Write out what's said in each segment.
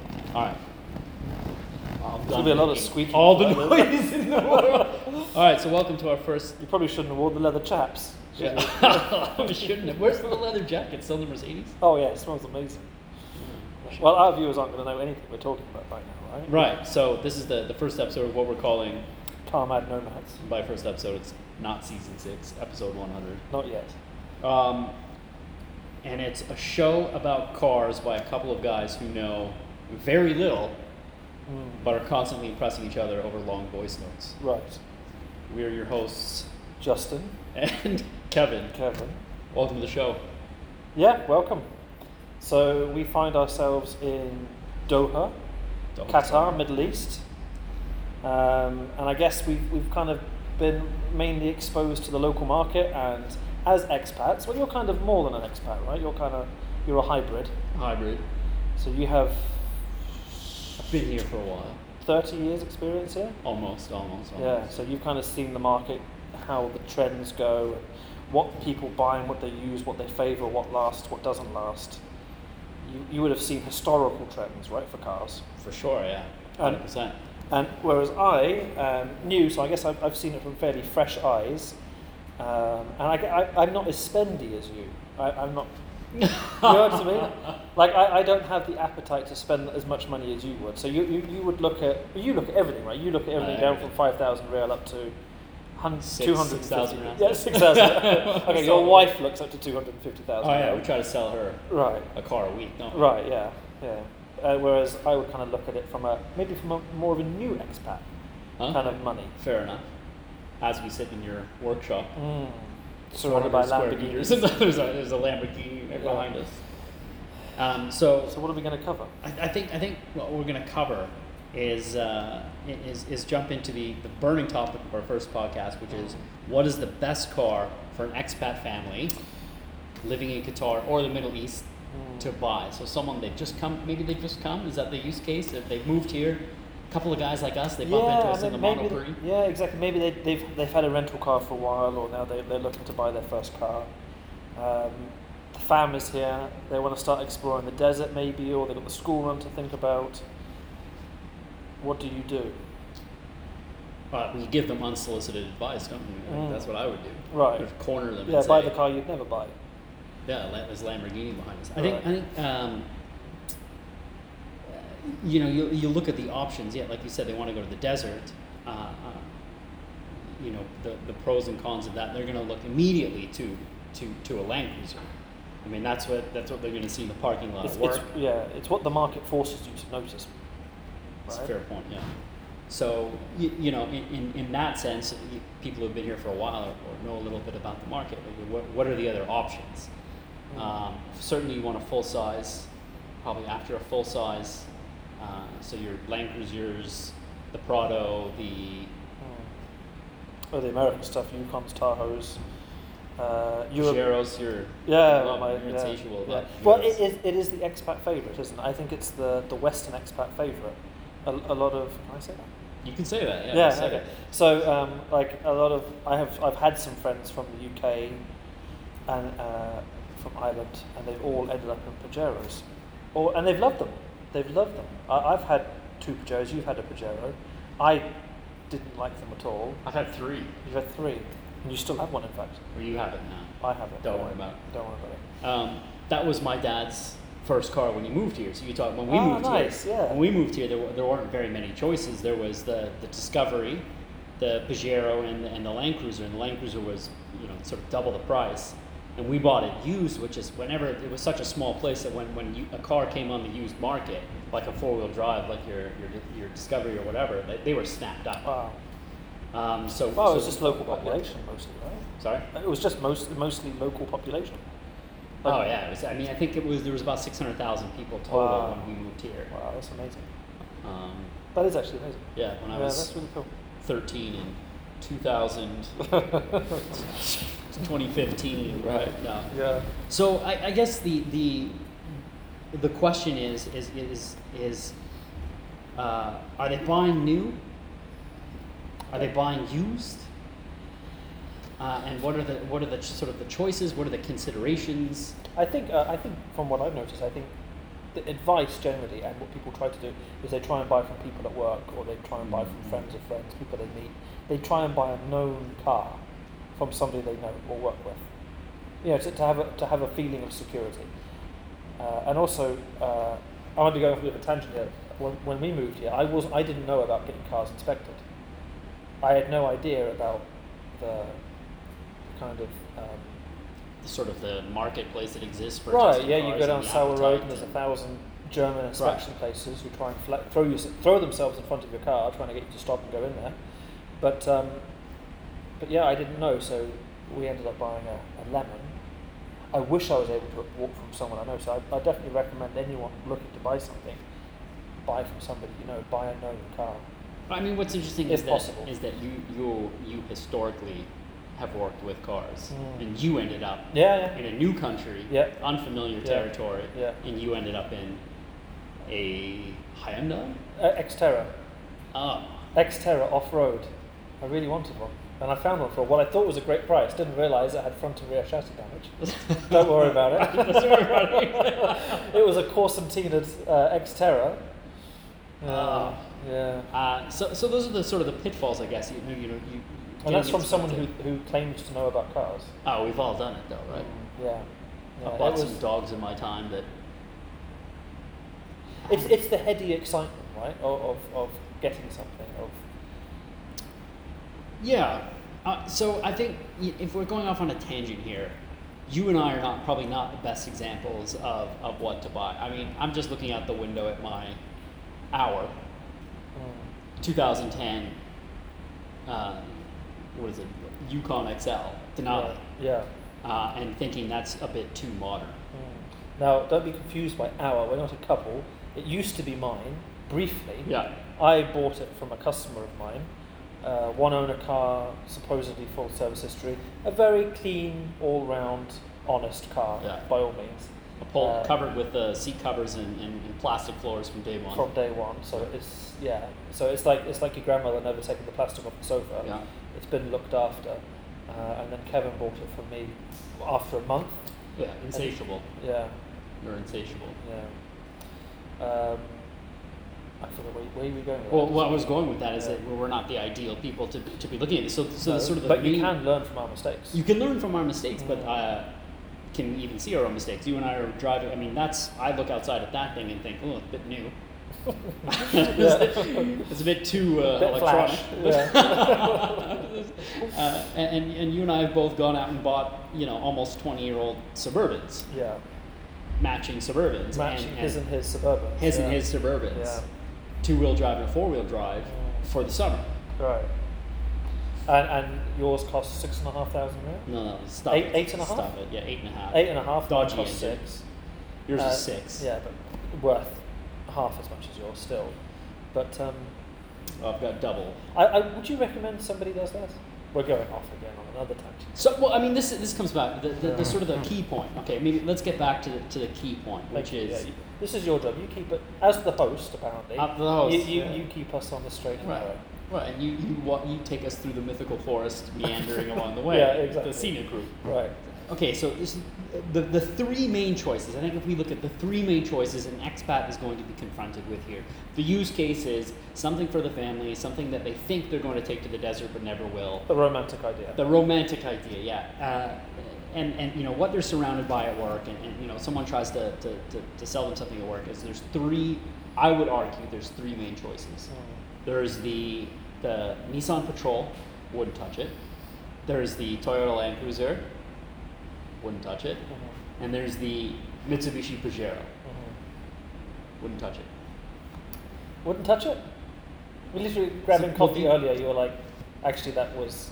All right. There'll be a lot of squeaking. All the noise in the world. All right, so welcome to our first. You probably shouldn't have worn the leather chaps. should you? Yeah. we shouldn't have. Where's the leather jacket? Still in the Mercedes? Oh yeah, it smells amazing. Well, our viewers aren't going to know anything we're talking about right now, right? Right, so this is the, the first episode of what we're calling, Tarmad nomads. by first episode, it's not season six, episode 100. Not yet. Um, and it's a show about cars by a couple of guys who know very little, but are constantly impressing each other over long voice notes. Right. We are your hosts Justin, and Kevin. Kevin. Welcome to the show. Yeah, welcome. So we find ourselves in Doha, Don't- Qatar, Middle East, um, and I guess we've we've kind of been mainly exposed to the local market and as expats. Well, you're kind of more than an expat, right? You're kind of you're a hybrid. Hybrid. So you have I've been here for a while. 30 years experience here. Almost, almost, almost. Yeah, so you've kind of seen the market, how the trends go, what people buy and what they use, what they favour, what lasts, what doesn't last. You, you would have seen historical trends, right, for cars. For sure, yeah. And- 100%. And whereas I um, knew, so I guess I've, I've seen it from fairly fresh eyes, um, and I, I, I'm not as spendy as you. I, I'm not. You know what I mean? Like I, I don't have the appetite to spend as much money as you would. So you, you, you would look at you look at everything, right? You look at everything Uh, down from five thousand real up to hun- Six- 250 6,000 rand. Yeah, six thousand. okay, your So- wife looks up to two hundred and fifty Oh, thousand. yeah, we try to sell her Right. a car a week, don't we? Right. Yeah. Yeah. Uh, whereas I would kind of look at it from a maybe from a more of a new expat Huh? kind of money. Fair enough. As we sit in your workshop, Mm. Surrounded by 400 square meters, Lamborghinis. there's, a, there's a Lamborghini right Yeah. behind us. Um, so So what are we going to cover? I, I think I think what we're going to cover is, uh, i- is is jump into the, the burning topic of our first podcast, which is what is the best car for an expat family living in Qatar or the Middle East to buy. So someone they've just come, maybe they've just come. Is that the use case? If they've moved here, a couple of guys like us, they bump into us and in the then Mono maybe, yeah, exactly. Maybe they, they've they've had a rental car for a while, or now they they're looking to buy their first car. Um, the family's here. They want to start exploring the desert, maybe, or they've got the school run to think about. What do you do? But we give them unsolicited advice, don't we? Like, Mm. That's what I would do. Right. Sort of corner them. Yeah, and buy say, the car you'd never buy. Yeah, la- there's Lamborghini behind us. I Right. think. I think. Um, uh, you know, you you look at the options. Yeah, like you said, they want to go to the desert. Uh, uh, you know, the the pros and cons of that. They're going to look immediately to to to a Land Cruiser. I mean, that's what that's what they're going to see in the parking lot. It's, at work. it's, yeah, it's what the market forces you to notice. That's right? a fair point, yeah. So, you, you know, in, in, in that sense, you, people who've been here for a while or, or know a little bit about the market, like, what, what are the other options? Mm. Um, certainly, you want a full size, probably after a full size. Uh, so, your Land Cruisers, the Prado, the. Mm. Oh, the American stuff, Yukons, Tahoes, uh, Europe. Jeros, your Yeah, well, my- your yeah, insatiable, yeah. like, Well, Jeros. it is, it is the expat favourite, isn't it? I think it's the, the Western expat favourite. A, a lot of can I say that? you can say that. Yeah, you said okay. it. So um, like a lot of I have I've had some friends from the UK and uh, from Ireland, and they've all ended up in Pajeros, or and they've loved them. They've loved them. I, I've had two Pajeros. You've had a Pajero. I didn't like them at all. I've had three, You've had three, and you still have one, in fact. or you have it now. I have it. Don't worry about it. Don't worry about it. Um, that was my dad's first car when he moved here. So you talk when we Ah, moved nice, here. yeah. When we moved here, there, wa- there weren't very many choices. There was the, the Discovery, the Pajero, and the, and the Land Cruiser. And the Land Cruiser was you know sort of double the price. And we bought it used, which is whenever it was such a small place that when, when you, a car came on the used market, like a four wheel drive, like your, your your Discovery or whatever, they, they were snapped up. Wow. Um, so Well, so it was just local what- what- population mostly, right? Sorry. It was just most, mostly local population. Like- Oh yeah, it was, I mean, I think it was there was about six hundred thousand people total Wow. when we moved here. Wow, that's amazing. Um, That is actually amazing. yeah, when I yeah, was that's really cool. 13 in 2000, 2015. Right. No. Yeah. So I, I guess the, the, the question is, is, is, is uh, are they buying new? Are they buying used? Uh, and what are the what are the ch- sort of the choices? What are the considerations? I think uh, I think from what I've noticed, I think the advice generally and what people try to do is they try and buy from people at work or they try and buy from friends of friends, people they meet. They try and buy a known car from somebody they know or work with. You know, to, to have a, to have a feeling of security. Uh, and also, uh, I want to go off a bit of a tangent here. When, when we moved here, I was I didn't know about getting cars inspected. I had no idea about the kind of um, sort of the marketplace that exists for right. testing Yeah, you cars go and down the Sour Road, appetite and there's a thousand German inspection places who try and fla- throw you, throw themselves in front of your car, trying to get you to stop and go in there. But um, but yeah, I didn't know, so we ended up buying a, a lemon. I wish I was able to walk from someone I know, so I, I definitely recommend anyone looking to buy something, buy from somebody you know, buy a known car. I mean, what's interesting If is that, possible. is that you you you historically have worked with cars, Mm. and you ended up Yeah, yeah, in a new country, Yeah. unfamiliar Yeah. territory, Yeah. and you ended up in a Hyundai. uh, Xterra. Oh, Xterra off road. I really wanted one, and I found one for what I thought was a great price. Didn't realise it had front and rear chassis damage. Don't worry about it. That's all right. it was a Corsantina uh, Xterra. Uh, Ah. Yeah, Uh, so, so those are the sort of the pitfalls, I guess. You, you know, you. you and that's getting from someone who, inspected. who claims to know about cars. Oh, we've all done it though, right? Yeah. Mm. yeah I it bought was- some dogs in my time that. it's, it's the heady excitement, right, of, of, of getting something. Of Yeah. Uh, so I think y- if we're going off on a tangent here, you and I are not probably not the best examples of, of what to buy. I mean, I'm just looking out the window at my hour, mm, 2010. Uh, what is it? Yukon XL Denali, Yeah. yeah. uh, and thinking that's a bit too modern. Mm. Now, don't be confused by our. We're not a couple. It used to be mine, briefly. Yeah. I bought it from a customer of mine. Uh, one owner car, supposedly full service history. A very clean, all round, honest car, Yeah. by all means, A pole Uh, covered with uh, seat covers and, and, and plastic floors from day one. from day one. So it's yeah. So it's like it's like your grandmother never taking the plastic off the sofa. yeah. It's been looked after, uh, and then Kevin bought it from me after a month. Yeah. Insatiable. Yeah, You're insatiable. yeah. Um, I forgot where, where were you going. With Well, that? where I was going with that is Yeah. that we're not the ideal people to, to be looking at. this. So, so No, the sort of the Uh, but you main- can learn from our mistakes. you can learn from our mistakes, but Mm. uh, can we even see our own mistakes? You and I are driving. I mean, that's I look outside at that thing and think, oh, it's a bit new. it's a bit too uh, Bit electronic. flash, uh, and, and- and you and I have both gone out and bought, you know, almost twenty-year-old Suburbans, yeah, matching Suburbans, matching and, and his and his suburban. his yeah. and his Suburbans, Yeah. two-wheel drive and a four-wheel drive for the summer. Right. And, and yours cost six and a half thousand real? No, no, stop Eight- it. eight and a half? Stop it. Yeah, eight and a half. Eight and a half. mine Dodgy cost engine. six. Yours Uh, is six. Yeah, but worth half as much as yours still. But um, Oh, I've got double. I, I, would you recommend somebody does that? We're going off again on another tangent. So, well, I mean, this this comes back the, the, Yeah. the sort of the key point. Okay, maybe let's get back to the, to the key point, which Like, yeah, is you- this is your job. You keep it as the host, apparently. up the house. you, you, yeah. you keep us on the straight and Right. narrow. right, and you you wa- you take us through the mythical forest, meandering along the way. Yeah, exactly. The scenic route. Right. Okay, so this, the the three main choices. I think if we look at the three main choices, an expat is going to be confronted with here. The use case is something for the family, something that they think they're going to take to the desert but never will. The romantic idea. the romantic idea, yeah. Uh, and, and you know what they're surrounded by at work, and, and you know someone tries to, to, to, to sell them something at work. Is there's three? I would argue there's three main choices. Mm. There's the the Nissan Patrol, wouldn't touch it. There's the Toyota Land Cruiser, wouldn't touch it. Mhm. And there's the Mitsubishi Pajero, Mhm. wouldn't touch it. Wouldn't touch it. We literally grabbing So, coffee well, earlier. You were like, actually, that was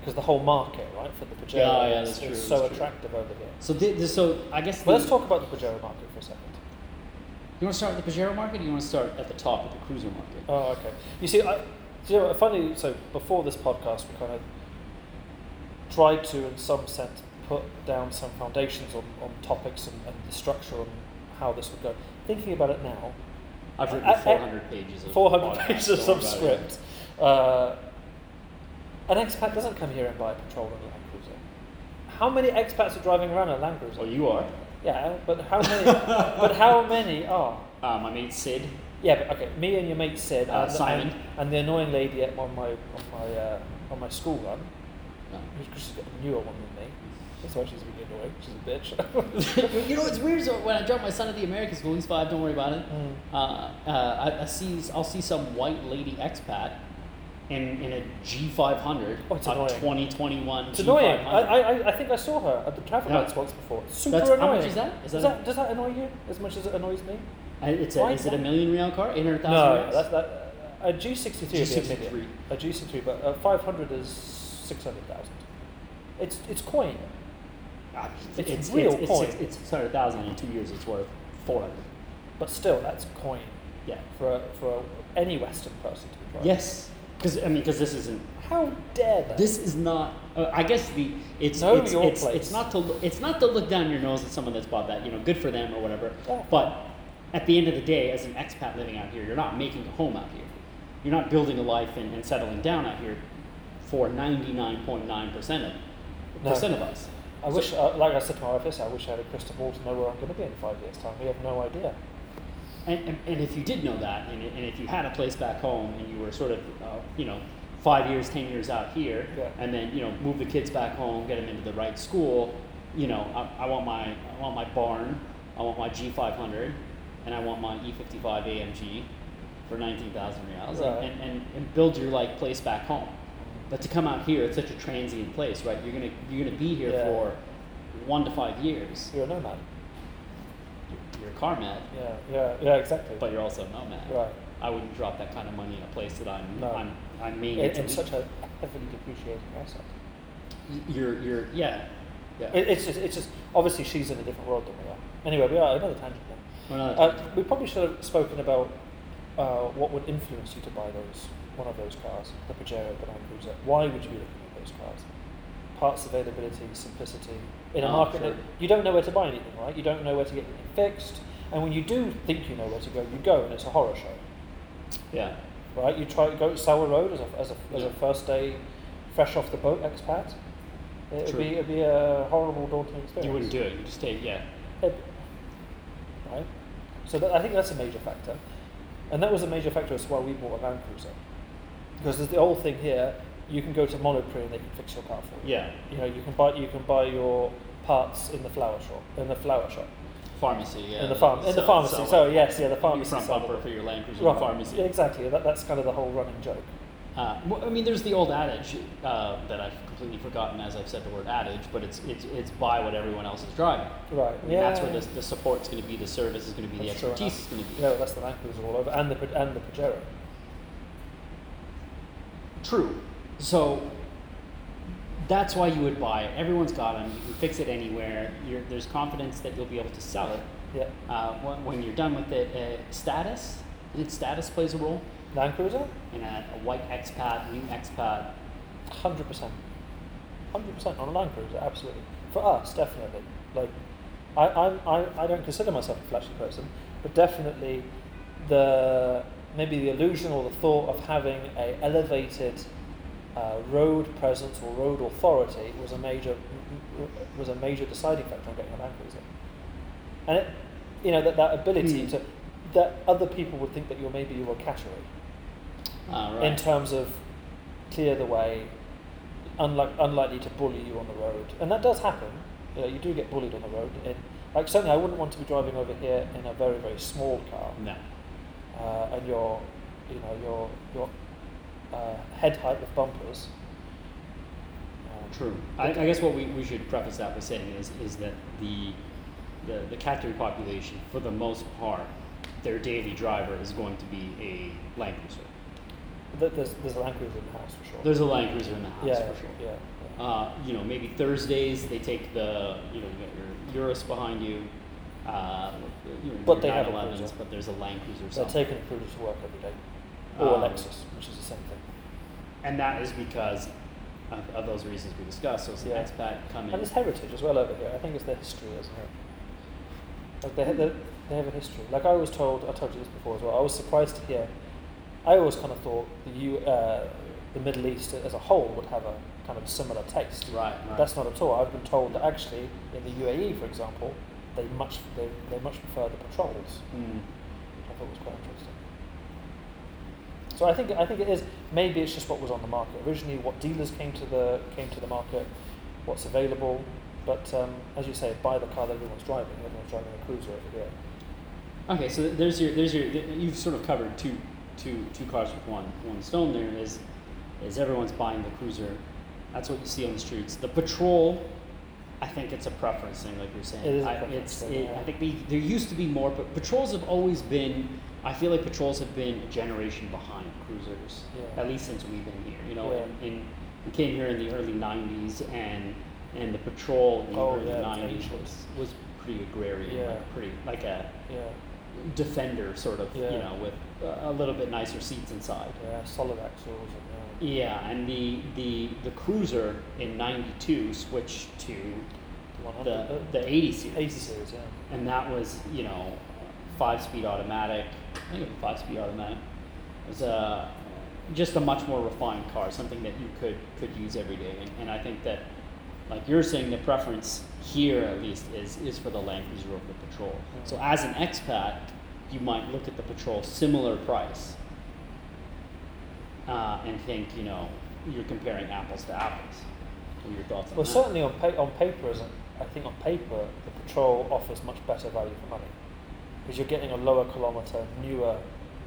because the whole market, right, for the Pajero Yeah, yeah, is, that's is true, so that's true. attractive over here. So thi- this so I guess. Well, the- let's talk about the Pajero market for a second. You want to start with the Pajero market? Or you want to start at the top with the cruiser market? Oh, okay. You see, I, do you know, what, funny. So before this podcast, we kind of tried to, in some sense, put down some foundations on, on topics and, and the structure on how this would go. Thinking about it now, I've I- written I- 400 pages of 400 podcast, pages of don't some worry about it. script. Uh, an expat doesn't come here and buy a petrol and a Land Cruiser. How many expats are driving around a Land Cruiser? Well, you are. Yeah, but how many? but how many are? Uh, my mate Sid. Yeah, but okay. Me and your mate Sid, Uh, and, Simon. and, and the annoying lady at, on my on my uh, on my school run, because she's got a newer one than me. That's why she's really annoying. She's a bitch. you know, it's weird. So when I drop my son at the American school, he's five. Don't worry about it. Mm. Uh, uh, I, I see, I'll see some white lady expat in, in a G500, Oh, it's a annoying. 2021 It's annoying. G500. I, I, I think I saw her at the traffic Yeah. lights once before. Super That's- how annoying. much is that? Is Does that- that does that annoy you as much as it annoys me? I- it's a, Why is is it a that? million real car? 800,000 No, reals? that's that. A G sixty three. G63. A G sixty three, but uh, five hundred is six hundred thousand. It's it's coin. Ah, it's real it's, coin. It's, it's 600,000 in two years. It's worth 400. But still, that's coin Yeah. for a, for a, any Western person to be driving. Yes. Because I mean, because this isn't. How dare they? This is not. Uh, I guess the it's Know it's, your it's, place. it's not to lo- it's not to look down your nose at someone that's bought that. You know, good for them or whatever. Yeah. But at the end of the day, as an expat living out here, you're not making a home out here. You're not building a life and, and settling down out here for 99.9 percent of No. percent of us. I wish, uh, like I said to my office, I wish I had a crystal ball to know where I'm going to be in five years' time. We have no idea. And, and, and if you did know that, and, and if you had a place back home, and you were sort of, uh, you know, five years, ten years out here, Yeah. and then you know, move the kids back home, get them into the right school, you know, I, I want my I want my barn, I want my G five hundred, and I want my E fifty five AMG for nineteen thousand reals, Right. and, and, and build your like place back home. But to come out here, it's such a transient place, right? You're gonna you're gonna be here Yeah. for one to five years. You're a nomad. You're a car mad, Yeah, yeah, yeah, exactly. but you're also a nomad. right. I wouldn't drop that kind of money in a place that I'm No. I'm I'm mean It, to it's leave. such a heavily depreciating asset. you're you're yeah. Yeah. It, it's just, it's just obviously she's in a different world than we are. Anyway, we are another tangent. Now. Another Uh, we probably should have spoken about uh, what would influence you to buy those one of those cars, the Pajero, the Land Cruiser. Why would you be looking at those cars? Parts availability, simplicity. In a Oh, market sure. that you don't know where to buy anything, right? You don't know where to get anything fixed, and when you do think you know where to go, you go, and it's a horror show. yeah. right? You try to go to Sour Road as a, as a, as a Yeah. first day, fresh off the boat expat. It would True. be, it'd be a horrible, daunting experience. You wouldn't do it. You just take yeah. It- right? So that, I think that's a major factor. And that was a major factor as to why we bought a Land Cruiser. Because there's the old thing here, you can go to Monoprix and they can fix your car for you. Yeah. You know, you can buy, you can buy your parts in the flower shop, in the flower shop, Pharmacy, yeah. in the farm, in the pharmacy. So, yes, yeah, the pharmacy pharmacy. front side of bumper it. for your Land Cruiser Right. pharmacy. Yeah, exactly. That, that's kind of the whole running joke. Uh, well, I mean, there's the old adage uh, that I've completely forgotten as I've said the word adage, but it's it's it's buy what everyone else is driving. Right. I mean, Yeah. That's where the, the support's going to be, the service is going to be, That's the true expertise is enough. going to be. Yeah, well, that's the Land Cruiser all over, and the Pa- and the Pajero. True. So that's why you would buy it. Everyone's got them. You can fix it anywhere. You're, there's confidence that you'll be able to sell it Yeah, uh, when, when you're done with it. Uh, status, I think status plays a role Land Cruiser, in a, a white expat, new expat. hundred percent, hundred percent on a Land Cruiser, absolutely. For us, definitely. Like, I I'm, I I don't consider myself a flashy person, but definitely the maybe the illusion or the thought of having a elevated uh, road presence or road authority was a major was a major deciding factor on getting a Land Cruiser. and it, you know that, that ability Hmm. to that other people would think that you're maybe your category Uh, in right. terms of clear the way, unlike, unlikely to bully you on the road, and that does happen. You know, you do get bullied on the road. And like certainly, I wouldn't want to be driving over here in a very very small car, no. uh, and your you know your your uh, head height with bumpers. Um, True. I, I guess what we, we should preface that by saying is is that the the, the Captain population, for the most part, their daily driver is going to be a Land Cruiser. th- There's there's a Land Cruiser in the house for sure. There's a Land Cruiser in the house yeah, for sure. yeah, yeah. uh, you know, maybe Thursdays they take the, you know, you got your Urus behind you. Uh, you know, But your they have a 911s, cruiser. but there's a Land Cruiser. They're somewhere. taking a Cruiser to work every day, or Um, a Lexus, which is the same thing. and that is because of, of those reasons we discussed. So it's an Yeah. expat coming. And there's heritage as well over here. I think it's their history, isn't it? Like they, they, they have a history. Like I was told, I told you this before as well. I was surprised to hear. I always kind of thought the U, uh, the Middle East as a whole would have a kind of similar taste. Right, right. That's not at all. I've been told that actually in the UAE, E, for example, they much they, they much prefer the patrols. Mm. which I thought was quite interesting. So I think I think it is maybe it's just what was on the market originally, what dealers came to the came to the market, what's available. But um, as you say, buy the car that everyone's driving. Everyone's driving a cruiser over here. Okay, so th- there's your there's your th- you've sort of covered two two two cars with one one stone. There is is everyone's buying the cruiser. That's what you see on the streets. The patrol, I think it's a preference thing, like you're saying. It is a I, preference it's, thing, it- yeah. I think they, there used to be more, but patrols have always been. I feel like patrols have been a generation behind cruisers, Yeah. at least since we've been here. You know, Yeah. and, and we came here in the early '90s, and and the patrol in the Oh, early yeah, it's '90s ancient. was, was pretty agrarian, Yeah. like pretty like a Yeah, defender sort of you Yeah. know with a a little bit nicer seats inside yeah, solid axles. And, yeah. yeah and the the the cruiser in 92 switched to The 100, the uh, the 80 series 80 series, yeah. and that was you know five speed automatic i think it was five speed automatic it was uh, just a much more refined car something that you could could use every day and, and i think that like you're saying the preference here at least is is for the land cruiser over the patrol so as an expat you might look at the patrol similar price uh, and think you know you're comparing apples to apples what are your thoughts on Well, that? certainly on pa- on paper, isn't I think on paper the patrol offers much better value for money because you're getting a lower kilometre, newer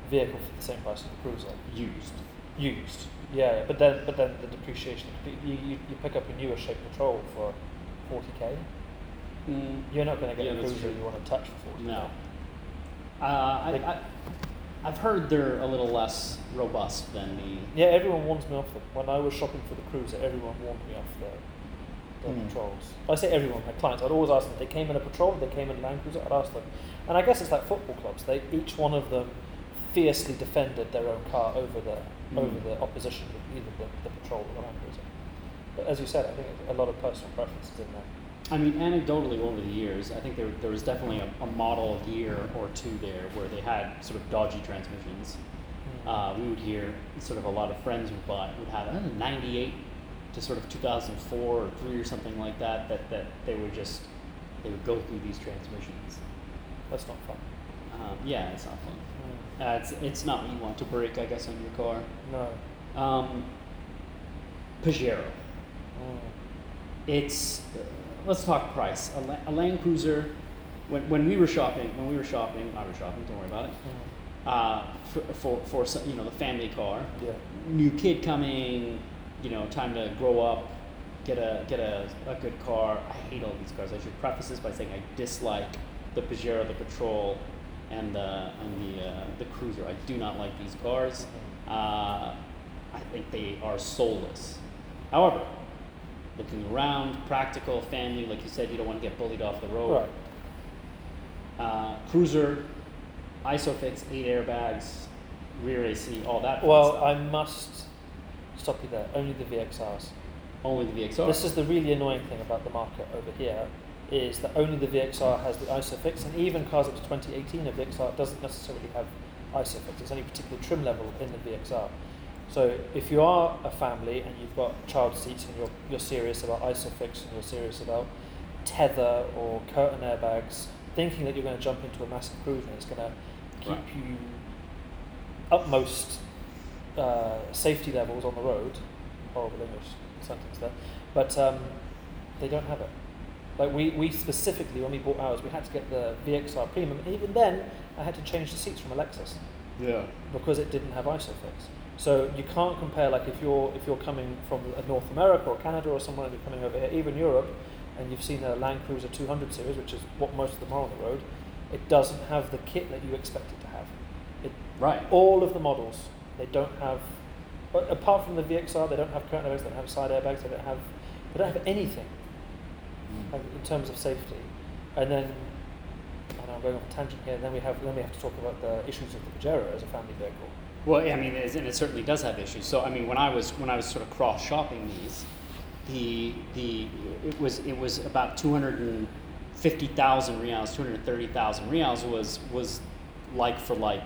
vehicle for the same price as the cruiser. used used. Yeah, yeah, but then but then the depreciation. You, you, you pick up a newer shape patrol for forty k. You're not going to get Yeah, a that's cruiser true. you want to touch for forty. No. Uh, I, Like- I, I've heard they're a little less robust than the. Yeah, everyone warns me off them. When I was shopping for the cruiser, everyone warned me off the, the Hmm. patrols. I say everyone, my clients. I'd always ask them. They came in a patrol. They came in a Land Cruiser. I'd ask them, and I guess it's like football clubs. They each one of them fiercely defended their own car over the Hmm. over the opposition of either the, the patrol or the Land Cruiser. But as you said, I think a lot of personal preferences in there. I mean, anecdotally over the years, I think there, there was definitely a, a model year or two there where they had sort of dodgy transmissions. Hmm. Uh, we would hear sort of a lot of friends would buy would have a 98 to sort of 2004 or three or something like that. That that they would just they would go through these transmissions. That's not fun. Um, yeah, it's not fun. Mm. Uh, it's it's not what you want to break, I guess, on your car. No. Um, Pajero. Mm. It's uh, let's talk price. A, La- a Land Cruiser. When, when we were shopping, when we were shopping, I was shopping. Don't worry about it. Mm. Uh, for, for for some, you know the family car, Yeah. new kid coming, you know, time to grow up, get a get a, a good car. I hate all these cars. I should preface this by saying I dislike the Pajero, the Patrol, and the and the uh, the Cruiser. I do not like these cars. Uh, I think they are soulless. However, looking around, practical, family, like you said, you don't want to get bullied off the road. Right. Uh, cruiser, ISOFIX, eight airbags, rear AC, all that. fun Well, stuff. I must stop you there. Only the VXRs. only the VXR. This is the really annoying thing about the market over here is that only the VXR has the ISOFIX, and even cars up to 2018, a VXR doesn't necessarily have ISOFIX. It's any particular trim level in the VXR. So if you are a family and you've got child seats and you're, you're serious about ISOFIX and you're serious about tether or curtain airbags, thinking that you're going to jump into a massive cruiser and it's going to keep Right. you utmost uh, safety levels on the road. Horrible English sentence there, but um, they don't have it. Like we, we specifically when we bought ours, we had to get the VXR Premium, and even then, I had to change the seats from a Lexus yeah. because it didn't have ISOFIX. So you can't compare like if you're if you're coming from uh, North America or Canada or somewhere and you're coming over here, even Europe, and you've seen a Land Cruiser 200 series, which is what most of them are on the road, it doesn't have the kit that you expect it to have. It, Right. all of the models they don't have, but apart from the VXR, they don't have curtain airbags, they don't have side airbags, they don't have they don't have anything like, in terms of safety. And then, I know I'm going off a tangent here. Then we have then we have to talk about the issues of the Pajero as a family vehicle. Well, yeah, I mean, it is- and it certainly does have issues. So, I mean, when I was when I was sort of cross shopping these, the the it was it was about two hundred and fifty thousand reals, two hundred thirty thousand reals was was like for like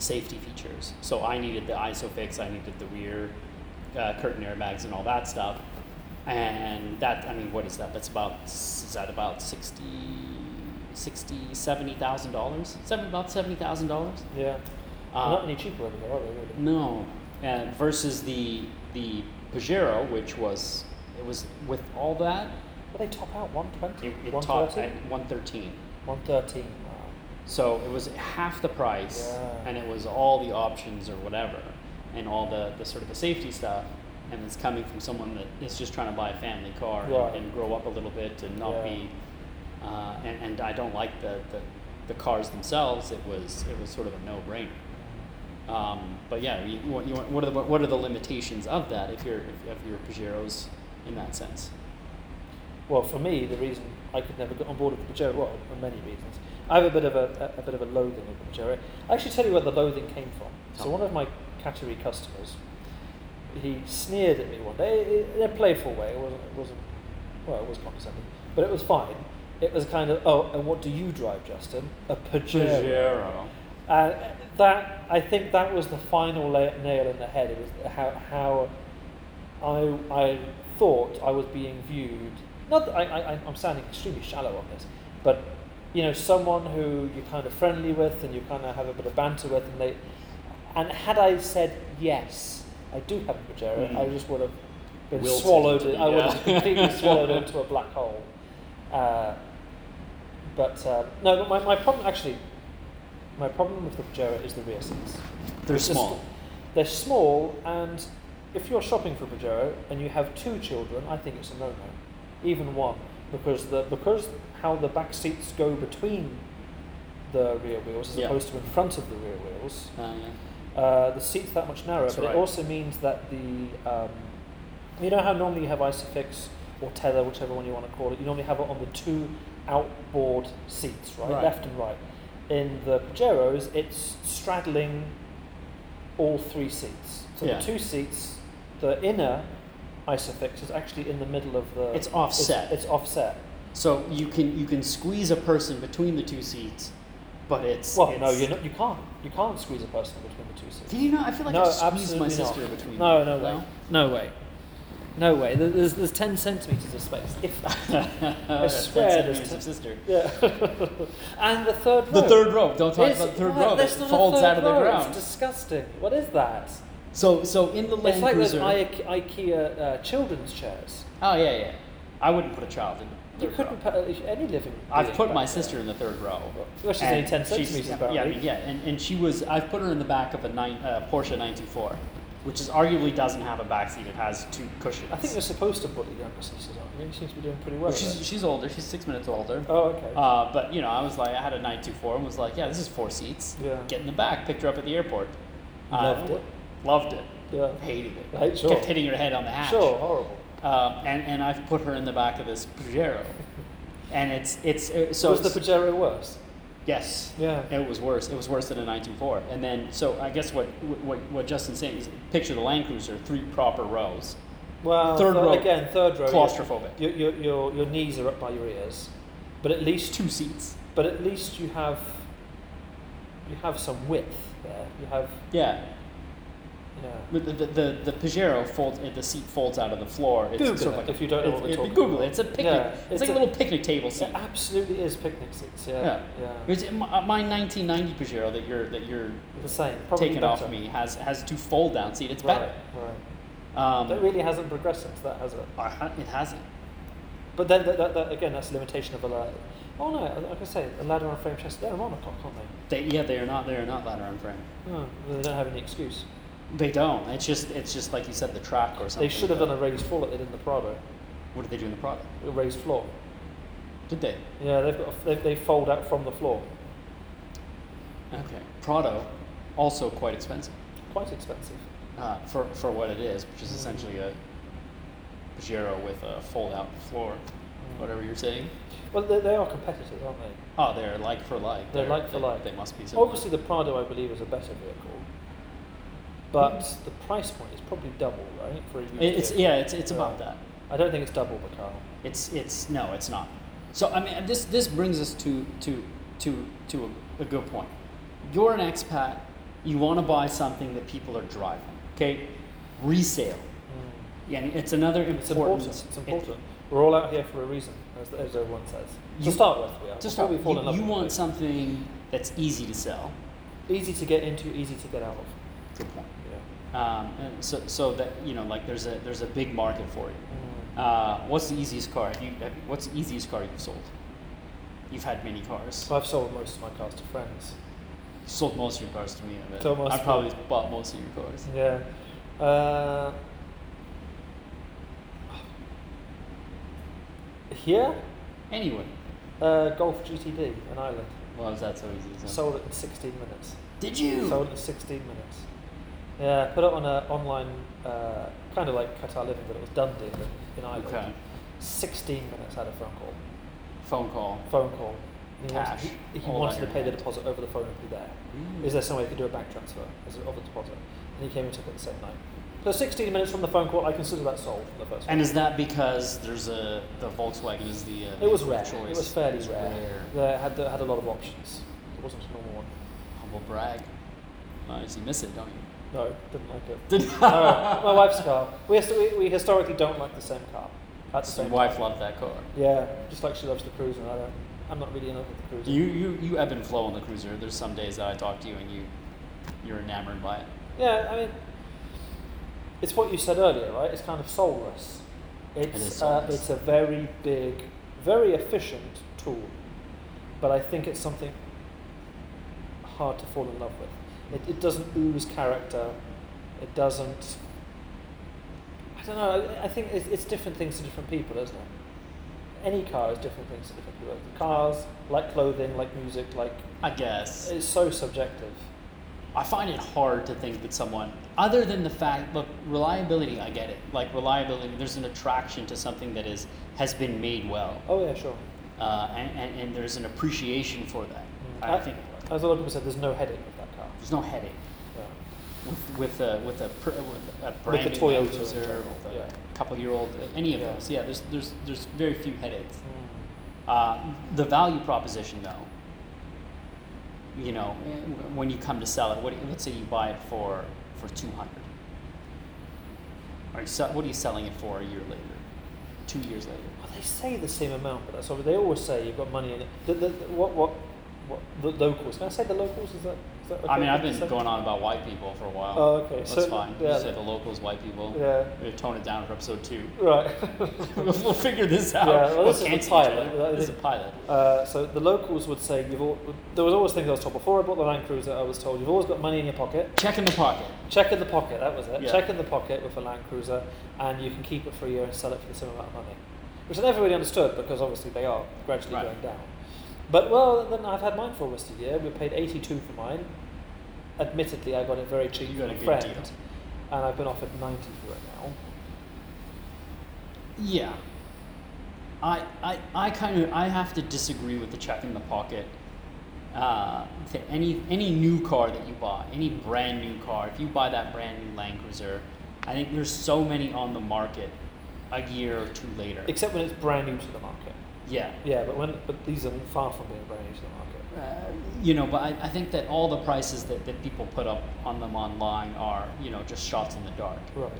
safety features. So I needed the ISOFIX, I needed the rear uh, curtain airbags, and all that stuff. And that I mean, what is that? That's about is that about sixty sixty, seventy thousand dollars, seven about seventy thousand dollars. Yeah. Uh, Not any cheaper anymore, are they? Really? No, uh, versus the the Pajero, which was it was with all that But they top out 120, it, it topped 130, at one thirteen. 113. Wow. So it was half the price, Yeah. and it was all the options or whatever, and all the, the sort of the safety stuff. And it's coming from someone that is just trying to buy a family car and- Right. and, grow up a little bit and not Yeah. be. Uh, and, and I don't like the, the, the cars themselves. It was it was sort of a no brainer. Um, but yeah, you, what, you, want- what are the what are the limitations of that if you're if, if you're Pajeros in that sense? Well, for me, the reason I could never get on board with the Pajero, well, for many reasons, I have a bit of a, a, a bit of a loathing of the Pajero. I actually tell you where the loathing came from. So Tell one me. of my category customers, he sneered at me one day i- in a playful way. It wasn't, it wasn't well, it was condescending, but it was fine. It was kind of, oh, and what do you drive, Justin? A Pajero. And Uh, that I think that was the final la- nail in the head. It was how how I I thought I was being viewed. Not that I, I I- I'm sounding extremely shallow on this, but you know someone who you're kind of friendly with and you kind of have a bit of banter with, and they and had I said yes, I do have a Pajero, Mm. I just would have been Wilted. swallowed. I would have Yeah. completely swallowed into a black hole. Uh, but uh, no, but my, my problem actually, my problem with the Pajero is the rear seats. They're It's just- small. They're small, and if you're shopping for Pajero and you have two children, I think it's a no-no, even one, because the because how the back seats go between the rear wheels as Yeah. opposed to in front of the rear wheels, Uh, yeah. uh, the seat's that much narrower. That's but right. it also means that the um, you know how normally you have isofix or tether, whichever one you want to call it. You normally have it on the two outboard seats, right, Right. left and right. In the Pajeros, it's straddling all three seats. So Yeah. the two seats, the inner isofix is actually in the middle of the. It's offset. It's, it's offset. So you can you can squeeze a person between the two seats, but it's Well, it's, no, you're not, you can't. You can't squeeze a person between the two seats. Can you not? I feel like no, I squeezed absolutely my sister not. between. No, no them. way. No way. No way. There- There's, there's 10 centimetres of space. If that. I swear swear, there's there's ten- sister. Yeah. and the third row. The third row. Don't talk It's- about the third why- row. It there's not a folds third out of the row. ground. It's disgusting. What is that? So so in the Land it's like those Cruiser. Ike- IKEA uh, children's chairs. Oh yeah yeah. I wouldn't put a child in. The You third couldn't Row. put uh, any living. I've being put back my there. sister in the third row. Well, Oh, she's and only 10 she's- centimetres Yeah, yeah, I apparently. mean, yeah, and, and she was. I've put her in the back of a nine, uh, Porsche 924, which is arguably doesn't have a back seat. It has two cushions. I think you're supposed to put the younger sisters on. You She seems to be doing pretty well. Well, with she's, it. she's older. She's six minutes older. Oh, okay. Uh, but you know, I was like, I had a 924 and was like, yeah, this is four seats. Yeah. Get in the back. Picked her up at the airport. Uh, Loved it. Loved it. yeah. Hated it. Right, sure. Kept hitting her head on the hatch. Sure, horrible. Uh, and and I've put her in the back of this Pajero, and it's it's uh, so was the it's- Pajero worse? yes. Yeah. It was worse. It was worse than a 924. And then, so I guess what what what Justin's saying is, picture the Land Cruiser, three proper rows, Well, Third thir- row. again, third row. you- claustrophobic, Your, your, your, your knees are up by your ears, but at least two seats. but at least you have you have some width there. You have Yeah. yeah. The, the, the, the Pajero folds, uh, the seat folds out of the floor. It's Google sort it of like a- if you don't know it's- what we're it- talking Google about. it. It's a picnic. Yeah, it's, it's like a, a- little picnic table seat. It absolutely is picnic seats. Yeah, yeah. It's, uh, my, my 1990 Pajero that you're that you're The same. Probably taking better. off me has has two fold down seat. It's right, better. right. Um, That really hasn't progressed since that, has it? I ha- it hasn't. But then that, that, that again, that's a limitation of a ladder. Oh no, like I say, a ladder on a frame chassis. They're a monocoque, aren't they? They, yeah, they are not. They are not ladder on frame. No, they don't have any excuse. They don't. It's just it's just like you said, the track or something. They should have done a raised floor like they did in the Prado. What did they do in the product? A raised floor. Did they? Yeah, they've got a, they, they fold out from the floor. Okay. Prado, also quite expensive Quite expensive. uh, for for what it is, Mm. which is essentially a Pajero with a fold out floor. Mm. Whatever you're saying. Well, they, they are competitors, aren't they? Oh, they're like for like. They're like for they- like. They must be similar. Obviously, the Prado, I believe, is a better vehicle, but the price point is probably double, right? For a used It- It's vehicle. yeah. It's it's about Yeah. that. I don't think it's double the car. It's it's no, it's not. So I mean, this this brings us to to to to a, a good point. You're an expat. You want to buy something that people are driving. Okay, resale. Yeah, and it's another It's Hmm. important. important. It's important. We're all out here for a reason. as, as everyone says. You- to start with, we are. Just Before you, we fall in love you with want it. something that's easy to sell. easy to get into, easy to get out of. Good point. Yeah. Um, and so, so that you know, like there's a there's a big market for you. Uh, what's the easiest car? You, have- what's the easiest car you've sold? You've had many cars. So I've sold most of my cars to friends. sold most of your cars to me. I bet. Sold most I of probably bought most of your cars. Yeah. Uh, here, Anyway, uh, Golf GTD in Ireland. well, is that so easy? So. Sold it in 16 minutes. Did you? Sold it in 16 minutes. Yeah, put it on a online, uh, kind of like Qatar Living, but it was done deal in Ireland. okay. 16 minutes had a phone call. Phone call. Phone call. He Cash. Wanted, he All Hmm. wanted on to your pay the hand. deposit over the phone and be there. Is there some way you could do a bank transfer as of the deposit? And he came and took it the same night. So 16 minutes from the phone call, I consider that sold from the first one. And is that because there's a the Volkswagen is the uh, it was the rare. Choice. It was fairly It's rare. They had, they had a lot of options. It wasn't a normal one. Humble brag. Nice. You miss it, don't you? No, didn't like it. Didn't no, my wife's car. We, hist- we, we historically don't like the same car. At the Your same wife loved that car. Yeah, just like she loves the cruiser. I don't, I'm not really in love with the cruiser. You you you ebb and flow on the cruiser. There's some days that I talk to you and you you're enamored by it. Yeah, I mean, it's what you said earlier, right? It's kind of soulless. It's is Uh, soulless. it's a very big, very efficient tool, but I think it's something hard to fall in love with. It, it doesn't ooze character. It doesn't. I don't know. I, I think it's, it's different things to different people, isn't it? Any car is different things to different people. Cars, like clothing, like music, like I guess. it's so subjective. I find it hard to think that someone, other than the fact, look, reliability, I get it. Like reliability, there's an attraction to something that is has been made well, Oh yeah, sure. uh, and, and and there's an appreciation for that. I, I- think As a lot of people said, there's no headache with that car. there's no headache Yeah. with with a with a pr- with a brand new Toyota cruiser, in with general, a yeah. couple year old, any of Yeah. those. Yeah, there's there's there's very few headaches. Uh, the value proposition, though, you know, w- when you come to sell it, what, let's say you buy it for for two hundred. Are you sell, what are you selling it for a year later, two years later? Well, they say the same amount, but that's all. They always say you've got money in it. The, the, the, what what what the locals? Can I say the locals? Is that, is that okay? I mean, I've to been say? going on about white people for a while. Oh, okay. That's So, fine. yeah. Just say the locals, white people. Yeah. We're gonna tone it down for episode two. Right. we'll we'll figure this out. Yeah, well, We'll this is a cancel each pilot. other. This is a pilot. uh, so the locals would say you've. All, there was always things I was told before I bought the Land Cruiser. I was told you've always got money in your pocket. Check in the pocket. Check in the pocket. That was it. Yeah. Check in the pocket with a Land Cruiser, and you can keep it for a year and sell it for the same amount of money, which I never really understood because obviously they are gradually Right. going down. But well, then I've had mine for almost a year. We paid eighty-two for mine. Admittedly, I got it very cheap You from got a a good friend, deal. and I've been offered ninety for it now. Yeah. I, I, I kind of I have to disagree with the check in the pocket. Uh, to any any new car that you buy, any brand new car, if you buy that brand new Land Cruiser, I think there's so many on the market a year or two later. Except when it's brand new to the market. yeah. Yeah, but when but these are far from being brand new to the market. Uh, you know, but I, I think that all the prices that, that people put up on them online are, you know, just shots in the dark. Right.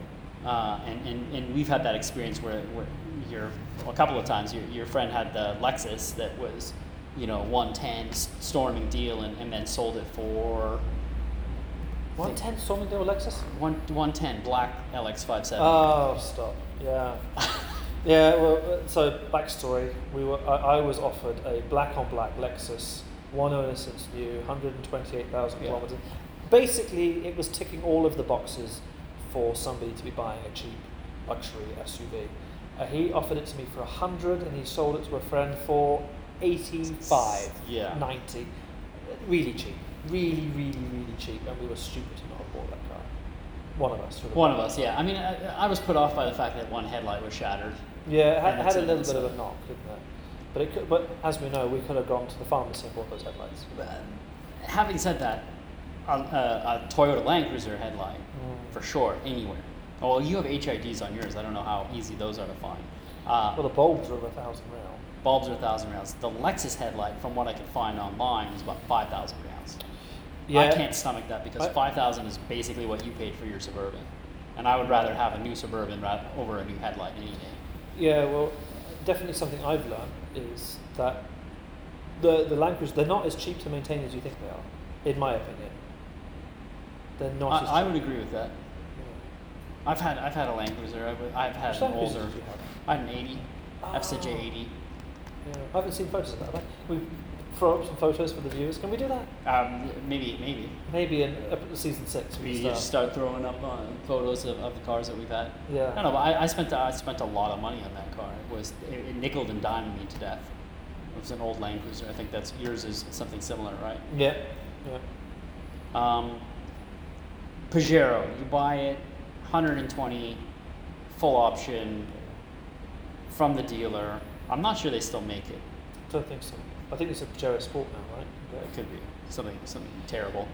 Uh, and, and, and we've had that experience where, where your, a couple of times your, your friend had the Lexus that was, you know, 110 s- storming deal and, and then sold it for One ten Storming Deal Lexus. one, 110 black LX570. Oh, stop. Yeah. yeah, well, uh, so backstory. We were, I, I was offered a black on black Lexus, one owner since new, 128,000 Yeah. kilometers. Basically, it was ticking all of the boxes for somebody to be buying a cheap luxury SUV. Uh, he offered it to me for 100 and he sold it to a friend for 85, Yeah. 90. Really cheap. Really, really, really cheap. And we were stupid to not have bought that car. One of us. would have one of us, yeah. I mean, I, I was put off by the fact that one headlight was shattered. Yeah, it had, And had a it's- little it's bit of a knock, didn't it? But it could, but as we know, we could have gone to the pharmacy and bought those headlights. But having said that, a, a, a Toyota Land Cruiser headlight, for sure, anywhere. Oh, well, you have HIDs on yours. I don't know how easy those are to find. Uh, Well, the bulbs were of a thousand rail. bulbs are 1,000 rounds. The Lexus headlight, from what I could find online, was about 5,000 rounds. I can't stomach that because I- 5,000 is basically what you paid for your Suburban. And I would rather have a new Suburban ra- over a new headlight any day. Yeah, well, definitely something I've learned is that the the language they're not as cheap to maintain as you think they are, in my opinion. They're not. as I, I cheap. would agree with that. I've had I've had a Land Cruiser. I've, I've had Which an languages older. do you have? I had an 80. FCJ Oh. 80. Yeah. I haven't seen photos of that. Have I? We throw up some photos for the viewers. Can we do that? Um, maybe maybe Maybe in uh, season six. we We can just start. start throwing up uh, photos of, of the cars that we've had. I don't Yeah. know, but I, I spent I spent a lot of money on that car. It was it, it nickled and dimed me to death. It was an old Land Cruiser. I think that's yours is something similar, right? Yeah. Yeah. Um, Pajero, you buy it, 120, full option from the dealer. I'm not sure they still make it. Don't think so. I think it's a Pajero Sport now, right? It could be something something terrible.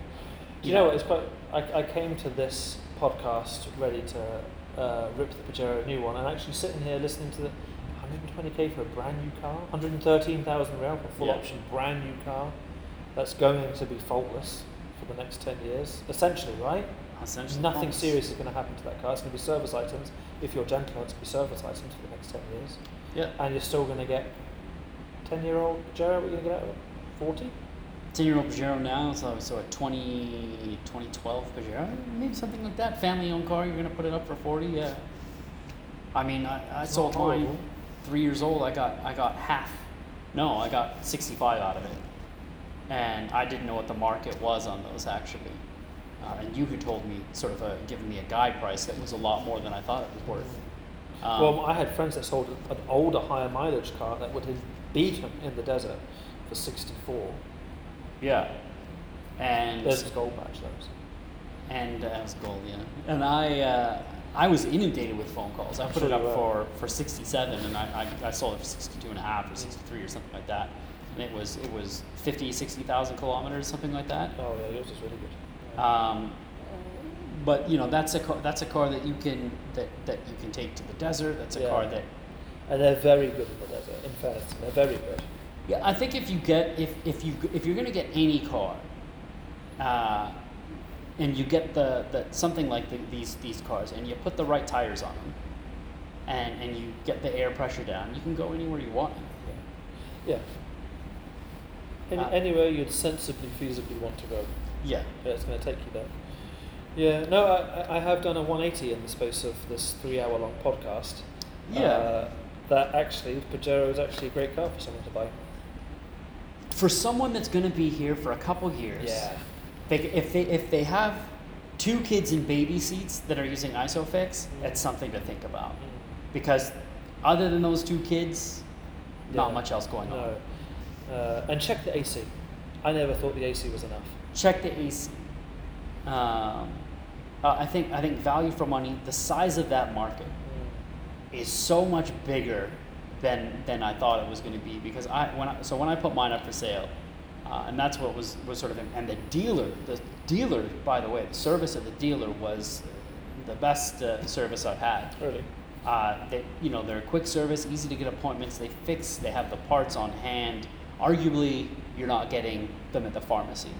Do you know what? It's quite. I, I came to this podcast ready to uh, rip the Pajero new one, and actually sitting here listening to the 120k for a brand new car, 113,000 real for full Yeah. option, brand new car. That's going to be faultless for the next 10 years, essentially, right? Essentially, Nothing promise. serious is going to happen to that car. It's going to be service items. If you're gentle, it's going to be service items for the next 10 years, Yeah, and you're still going to get 10 year old Pajero. What are you going to get out of it? 40? ten year old Pajero now. So so a 20, 2012 Pajero, maybe something like that. Family owned car. You're gonna put it up for forty. Yeah. I mean, I, I It's sold not mine horrible. three years old. I got I got half. No, I got sixty five out of it, and I didn't know what the market was on those actually. Uh, and you had told me sort of a, given me a guide price that was a lot more than I thought it was worth. Um, well, I had friends that sold an older, higher mileage car that would have beaten in the desert for 64. yeah. And There's his gold badge, those. and uh, that was gold, yeah. And I, uh, I was inundated with phone calls. I put Sure it you up were. for, for 67, and I, I, I sold it for 62 and a half or 63 or something like that. And it was it was 50, 60,000 kilometers, something like that. Oh, yeah, yours is really good. Yeah. Um, but you know that's a car, that's a car that you can that, that you can take to the desert. That's a Yeah. car that and they're very good in the desert, in fairness. They're very good. Yeah, I think if you get if if you if you're gonna get any car, uh, and you get the, the something like the, these these cars, and you put the right tires on them, and and you get the air pressure down, you can go anywhere you want. Yeah. Any, Ah. anywhere you'd sensibly, feasibly want to go. Yeah, Yeah, it's going to take you there. Yeah, no, I, I- I have done a 180 in the space of this three hour long podcast. yeah. Uh, that actually, Pajero is actually a great car for someone to buy. For someone that's gonna be here for a couple years, They, c- if they if they have two kids in baby seats that are using ISOFIX, Mm. that's something to think about Mm. because other than those two kids, not Yeah. much else going on. No. Uh, and check the AC. I never thought the AC was enough. check the AC. Um, uh, I think I think value for money. The size of that market Mm. is so much bigger than than I thought it was going to be because I when I, so when I put mine up for sale, uh, and that's what was was sort of and the dealer the dealer by the way the service of the dealer was the best uh, service I've had. Really? Uh, that you know they're quick service, easy to get appointments. They fix. They have the parts on hand. Arguably, you're not getting them at the pharmacy,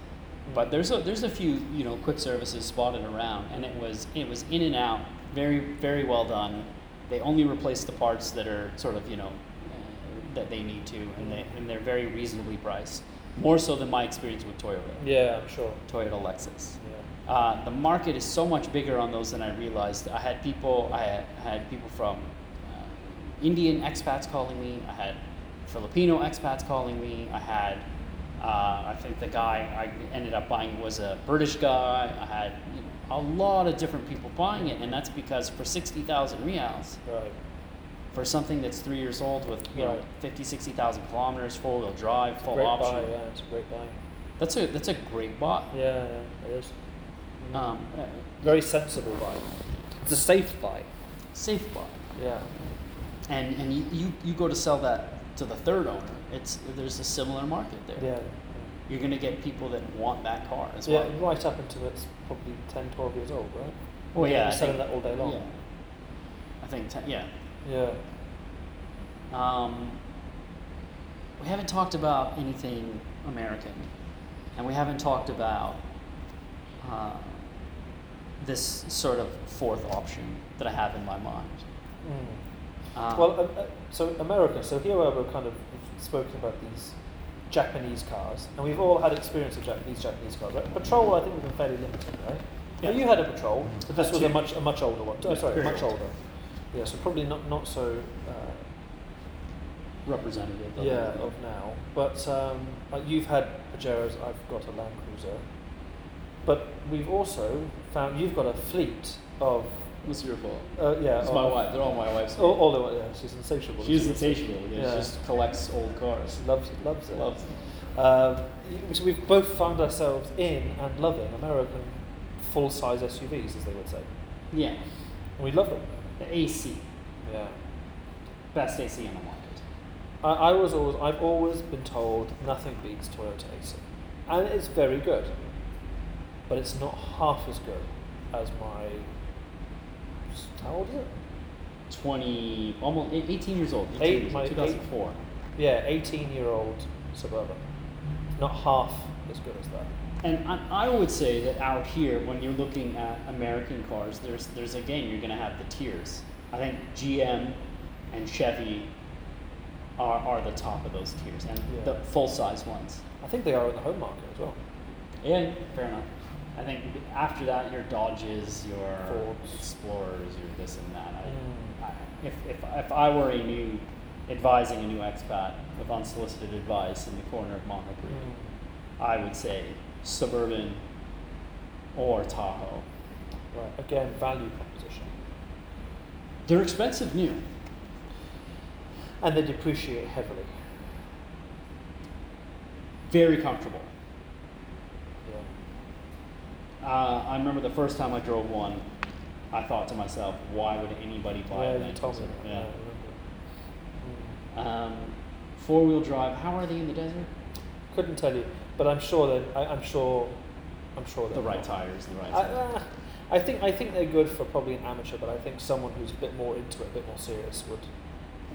but there's a there's a few you know quick services spotted around, and it was it was in and out, very very well done. They only replace the parts that are sort of you know uh, that they need to, and they and they're very reasonably priced, more so than my experience with Toyota, Yeah, I'm sure. Toyota Lexus. Yeah. Uh, the market is so much bigger on those than I realized. I had people, I had, had people from uh, Indian expats calling me. I had Filipino expats calling me. I had, uh, I think the guy I ended up buying was a British guy. I had you know, a lot of different people buying it, and that's because for sixty thousand reals, Right. for something that's three years old with you know Right. 50, 60,000 kilometers, four wheel drive, full great option, buy, yeah, it's a great buy. that's a that's a great buy. Yeah, yeah, it is. Mm-hmm. Mm. Um, uh, Very sensible buy. It's a safe buy. safe buy. Yeah. and and you, you, you go to sell that to the third owner it's there's a similar market there Yeah. you're going to get people that want that car as Yeah, well right up until it's probably 10, 12 years old, right? Well, yeah, You're I selling think- that all day long. yeah i think te- yeah Yeah. um, we haven't talked about anything american and we haven't talked about uh, this sort of fourth option that i have in my mind Mm. Um, Well, uh, uh, so America. So here where we're kind of we've spoken about these Japanese cars, and we've all had experience of Japanese Japanese cars. Right? Patrol, I think, we've been fairly limited, right? Now, Yeah. Mm-hmm. you had a Patrol, but this Had was a two. much a much older one. Oh, Yeah, sorry, very much old. older. Yeah, so probably not not so. Uh, representative. Of yeah, of now. But um, like you've had Pajeros, I've got a Land Cruiser. But we've also found you've got a fleet of What's your fault? uh, yeah, it's of, my wife. They're all my wife's. Oh, although yeah, she's insatiable. She's isn't she? insatiable. Yeah. Yeah. She just collects old cars. She loves loves it. Loves them. Um, y- so we've both found ourselves in and loving American full size SUVs, as they would say, Yeah. and we love them. The AC, Yeah. best AC on the market. I, I was always I've always been told nothing beats Toyota AC, and it's very good, but it's not half as good as my. How old is it? Twenty, almost eight- eighteen years old. 18 Eight- years my old. eight- Two thousand four. Yeah, eighteen-year-old suburban, not half as good as that. And I, I would say that out here, when you're looking at American cars, there's there's again you're going to have the tiers. I think GM and Chevy are are the top of those tiers, and Yeah. the full size ones. I think they are in the home market as well. Yeah, fair enough. I think after that, your Dodges, your Fords. Explorers, your this and that. Mm. I, I, if, if, if I were a new advising a new expat with unsolicited advice in the corner of Montreal, Mm. I would say suburban or Tahoe. Right. Again, value proposition, They're expensive new. and they depreciate heavily. Very comfortable. Yeah. Uh, I remember the first time I drove one, I thought to myself, why would anybody buy a yeah, you Land told me Cruiser? that. Yeah. I remember. Mm. Um, four wheel drive. How are they in the desert? Couldn't tell you, but I'm sure that I, I'm sure, I'm sure that The right tires, the right. I, tires. uh, I think I think they're good for probably an amateur, but I think someone who's a bit more into it, a bit more serious, would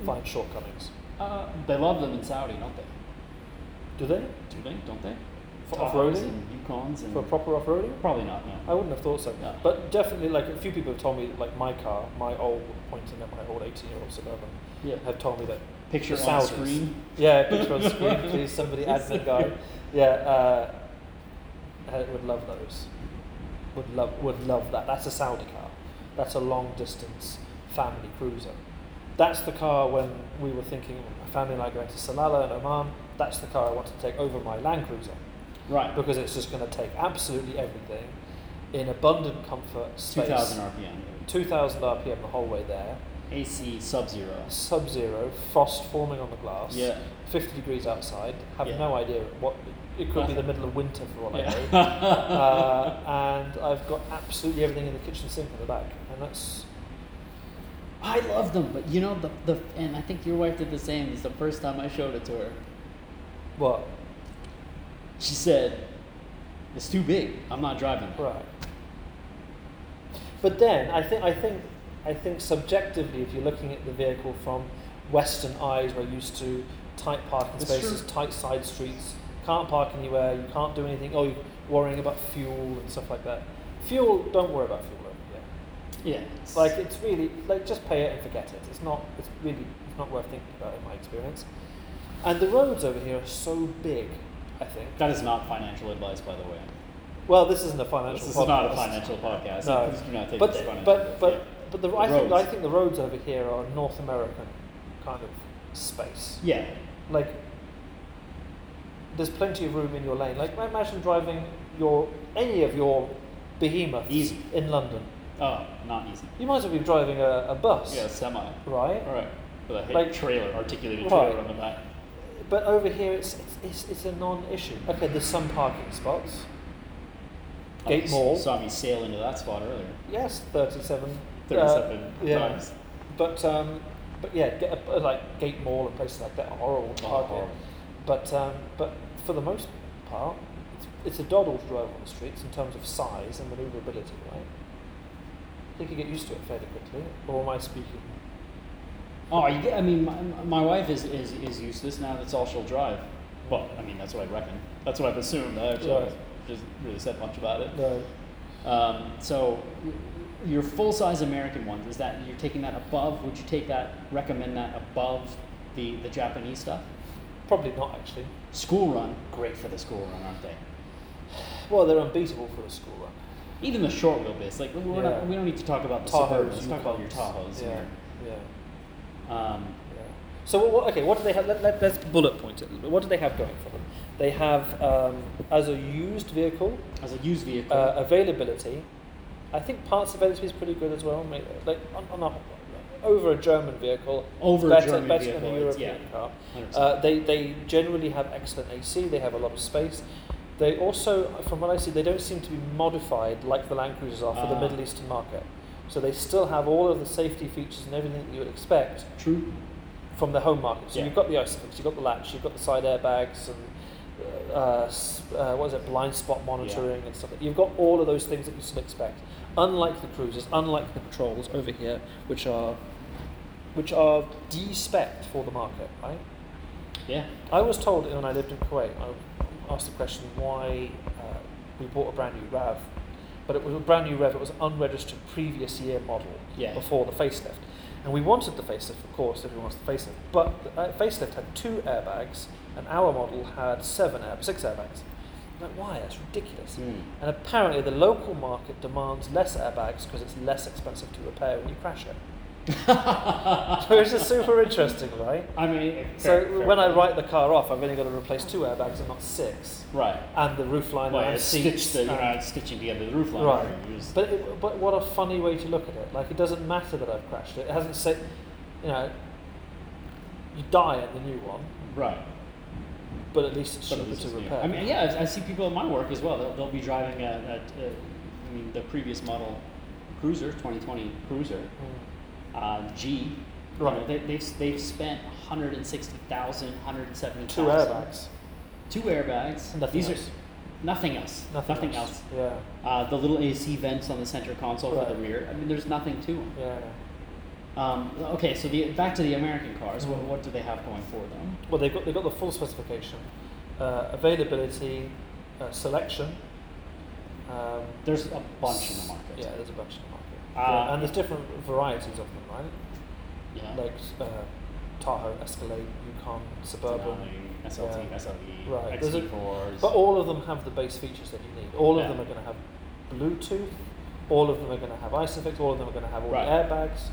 find shortcomings. Uh, they love them in Saudi, don't they? Do they Do they? Don't they? For Tahoes off-roading? and Yukons and for proper off-roading? probably not. No. I wouldn't have thought so. No. But definitely, like a few people have told me, like my car, my old pointing at my old eighteen-year-old suburban, yeah. have told me that. Picture the on Saudis- screen. Yeah, picture on screen, please. Somebody add the guy. Yeah, uh, uh, would love those. Would love would love that. That's a Saudi car. That's a long distance family cruiser. That's the car when we were thinking my family and I going to Salalah and Oman. That's the car I want to take over my Land Cruiser Right. because it's just going to take absolutely everything in abundant comfort, Two space, thousand RPM. 2000 RPM the whole way there, AC Sub Zero. sub-zero, frost forming on the glass. Yeah. 50 degrees outside, have Yeah. no idea what it could be the middle of winter for all I know. uh, and I've got absolutely everything in the kitchen sink in the back, and that's I love them, but you know the the and I think your wife did the same. It's the first time I showed it to her. what She said, "It's too big. I'm not driving." that." right. But then I think I think I think subjectively, if you're looking at the vehicle from Western eyes, we're used to tight parking That's true. spaces, tight side streets, can't park anywhere, you can't do anything. Oh, you're worrying about fuel and stuff like that. Fuel, don't worry about fuel. over here. Yeah. Like it's really like just pay it and forget it. It's not. It's really. It's not worth thinking about in my experience. And the roads over here are so big. I think. that is not financial advice, by the way. Well, this isn't a financial. This is podcast. not a financial podcast. No. Please do not take But this as but financial but advice. but, Yeah. the, The I think I roads. think the roads over here are North American kind of space. Yeah, Like there's plenty of room in your lane. Like imagine driving your any of your behemoths Easy. in London. oh, not easy. You might as well be driving a, a bus, Yeah, semi. right? All right, with a hit Like- trailer, articulated Right. trailer on the back. But over here, it's it's, it's, it's a non-issue. Okay, there's some parking spots. I Gate Oh, s- Mall. Saw me sail into that spot earlier. Yes, thirty-seven. uh, Thirty-seven yeah. times. But um, but yeah, get a, like Gate Mall and places like that are horrible Oh, parking. horrible. But um, but for the most part, it's, it's a doddle to drive on the streets in terms of size and manoeuvrability, right? I think you get used to it fairly quickly. Or am I speaking? Oh, you get, I mean, my, my wife is, is, is useless now. That's all she'll drive. Well, I mean, that's what I reckon. That's what I've assumed. I actually Right. just really said much about it. No. Um, so your full size American ones is that you're taking that above? Would you take that? Recommend that above the the Japanese stuff? Probably not actually. School run, great for the school run, aren't they? Well, they're unbeatable for a school run. Even the short wheelbase, like we're Yeah. not, we don't need to talk about the Tahoes, Suburbans. Let's talk about your Tahoes. Yeah, and yeah, your- Um, yeah. So what, what- okay, what do they have? Let, let, let's bullet point it. a little bit. What do they have going for them? They have um, as a used vehicle as a used vehicle, uh, availability. I think parts availability is pretty good as well. mate. Like on, on a, over a German vehicle, Over a better, German better than a vehicle, it's- European yeah. car. 100%. Uh, they they generally have excellent AC. They have a lot of space. They also, from what I see, they don't seem to be modified like the Land Cruisers are for the Ah. Middle Eastern market. So they still have all of the safety features and everything that you would expect true. from the home market. So Yeah. you've got the ISOFIX, you've got the latch, you've got the side airbags, and uh, s- uh, what is it, blind spot monitoring and stuff. You've got all of those things that you should expect. Unlike the cruisers, unlike the patrols over here, which are which are de-spec'd for the market, right? Yeah, I was told when I lived in Kuwait, I asked the question why uh, we bought a brand new RAV, but it was a brand new RAV, it was unregistered previous year model Yeah. before the facelift. And we wanted the facelift, of course, everyone wants the facelift, but the uh, facelift had two airbags, and our model had seven airbags, six airbags. I'm Like, why? That's ridiculous. Mm. And apparently, the local market demands less airbags because it's less expensive to repair when you crash it. Which is super interesting, right? I mean, eh, So fair- fair when I point. write the car off, I've only got to replace two airbags and not six, right, and the roofline well, and it's seats. stitched the, you're and- not stitching together the roof line. right. You just- But it, but what a funny way to look at it. Like it doesn't matter that I've crashed it. It hasn't said, you know, you die at the new one, right. but at least it's But it cheaper was to just new. repair. I mean, yeah, I I see people at my work as well. They'll, they'll be driving a, a, a, I mean, the previous model Cruiser, 2020 Cruiser, Mm. uh, G. You Right. know, they, they've, they've spent 160,000, 170,000. Two airbags. Two airbags. Nothing These else. are nothing else. Nothing, else. Yeah. Uh, the little AC vents on the center console for the Right. rear. I mean, there's nothing to them. Yeah. Um, okay, so the, back to the American cars. What, what do they have going for them? Well, they've got they've got the full specification, uh, availability, uh, selection. Um, There's a bunch in the market. Yeah, there's a bunch in the market. Uh, yeah, and there's different varieties of them, right? Yeah. Like uh, Tahoe, Escalade, Yukon, Suburban. Denali, SLT, Yeah. SLE, Right, there's a- XT4s. But all of them have the base features that you need. All of Yeah. them are going to have Bluetooth. All of them are going to have ISOFIX. All of them are going to have all Right. the airbags.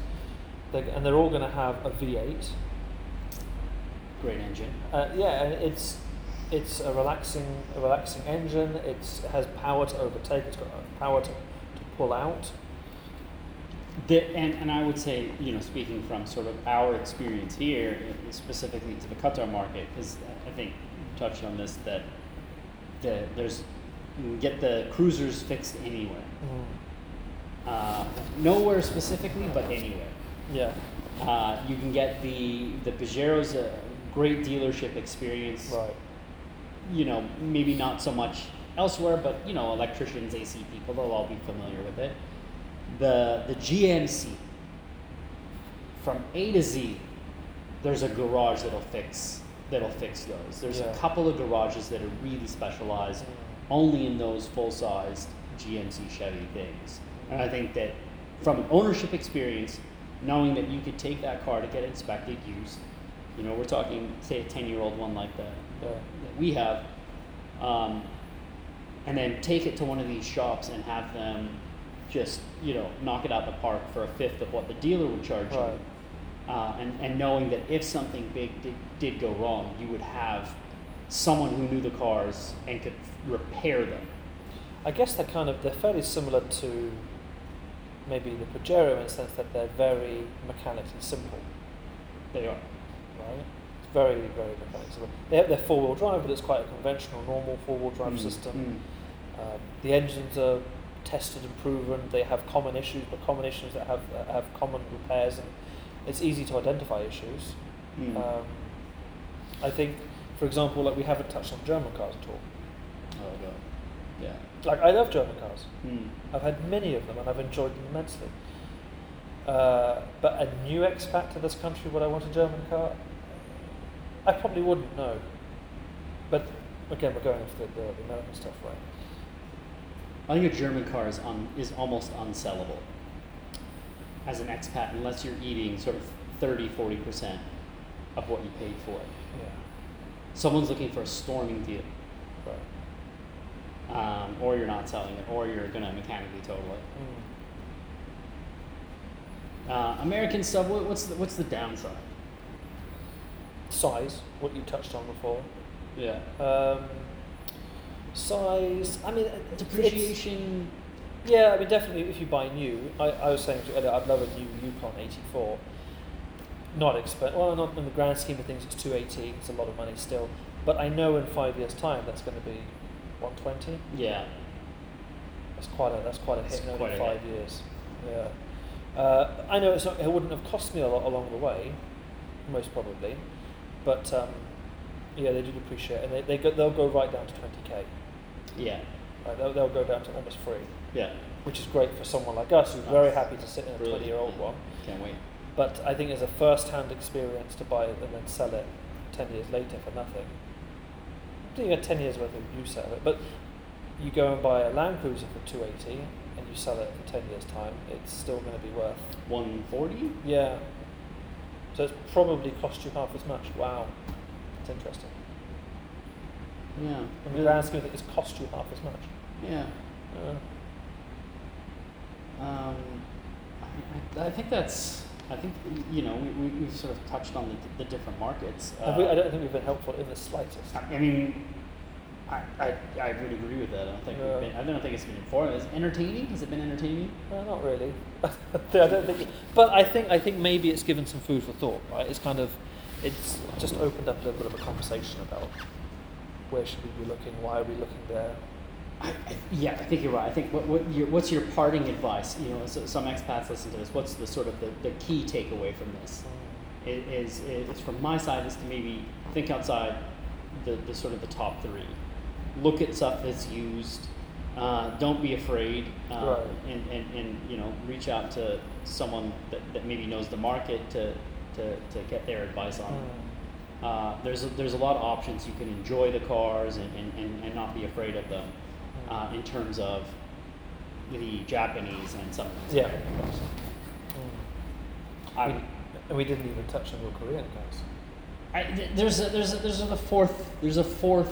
They're, and they're all going to have a V8. Great engine. Uh, yeah, and it's it's a relaxing a relaxing engine. It's, it has power to overtake. It's got uh, power to, to pull out. The, and, and I would say, you know, speaking from sort of our experience here, specifically to the Qatar market, because I think you touched on this, that the, there's, you can get the cruisers fixed anywhere. Uh, nowhere specifically, but anywhere. Yeah. Uh, you can get the, the Pajero's a great dealership experience. Right. you know, maybe not so much elsewhere, but you know, electricians, AC people, they'll all be familiar with it. The the GMC from A to Z, there's a garage that'll fix that'll fix those. There's Yeah. a couple of garages that are really specialized only in those full-sized GMC Chevy things. And I think that from an ownership experience, knowing that you could take that car to get inspected, used, you know, we're talking say a 10-year-old one like the Yeah. that we have, um, and then take it to one of these shops and have them just you know knock it out the park for a fifth of what the dealer would charge Right. you, uh, and and knowing that if something big did, did go wrong, you would have someone who knew the cars and could repair them. I guess they're kind of they're fairly similar to maybe the Pajero in the sense that they're very mechanically simple, They are right? It's very very mechanically simple. They have their four wheel drive, but it's quite a conventional normal four wheel drive Mm, system. mm. Um, the engines are tested and proven. They have common issues, but common issues that have that have common repairs, and it's easy to identify issues. Mm. Um, I think, for example, like we haven't touched on German cars at all. Oh, God. Yeah. Like I love German cars. Mm. I've had many of them and I've enjoyed them immensely. Uh, but a new expat to this country, would I want a German car? I probably wouldn't, no. But again, we're going off the, the, the American stuff, right? I think a German car is un, is almost unsellable as an expat unless you're eating sort of 30, 40 percent of what you paid for it. Yeah. Someone's looking for a storming deal, Right. um, or you're not selling it, or you're gonna mechanically total it. Mm. Uh, American sub, what- what's the, what's the downside? Size, what you touched on before. Yeah, Um, size. I mean, it- it's- depreciation. Yeah, I mean, definitely if you buy new, I, I was saying to you earlier, I'd love a new Yukon 84. Not expert, well, not in the grand scheme of things, it's 280, it's a lot of money still. But I know in five years' time that's going to be 120. Yeah, That's quite a, that's quite a That's hit in quite only a five hit. years. Yeah. Uh, I know it's not, it wouldn't have cost me a lot along the way, most probably, but um, yeah, they do depreciate and they, they go, they'll go right down to 20k. yeah, Right? They'll, they'll go down to almost free yeah. which is great for someone like us who's Nice. very happy to sit in a Brilliant. 20 year old one. Can't wait. But I think it's a first hand experience to buy it and then sell it 10 years later for nothing. I think you get 10 years worth of use out of it. But you go and buy a Land Cruiser for 280 and you sell it in 10 years' time, it's still going to be worth. One forty. Yeah. So it's probably cost you half as much. Wow. That's interesting. Yeah. In the grand scheme of things, it's cost you half as much. Yeah. Yeah. Um, I, I- I think that's. I think you know we, we, we've sort of touched on the, the different markets. Uh, And we- I don't think we've been helpful in the slightest. I- I mean, I, I, I would agree with that. I don't think Yeah. we've been, I don't think it's been informative. Is it entertaining? Has it been entertaining? No, not really. I don't think, but I think I think maybe it's given some food for thought, right? It's kind of, it's just opened up a little bit of a conversation about where should we be looking, why are we looking there? I, I, yeah, I think you're right. I think what, what your, what's your parting advice? You know, so, some expats listen to this. What's the sort of the, the key takeaway from this? It is it's from my side is to maybe think outside the, the sort of the top three. Look at stuff that's used. Uh, don't be afraid, um, Right. and, and, and you know reach out to someone that, that maybe knows the market to, to, to get their advice on. it. Mm. Uh, there's a, there's a lot of options. You can enjoy the cars and, and, and, and not be afraid of them Mm. uh, in terms of the Japanese and some of these Yeah. American cars. Mm. I We- would- and we didn't even touch on your Korean guys. I, th- there's a, there's a, there's a fourth there's a fourth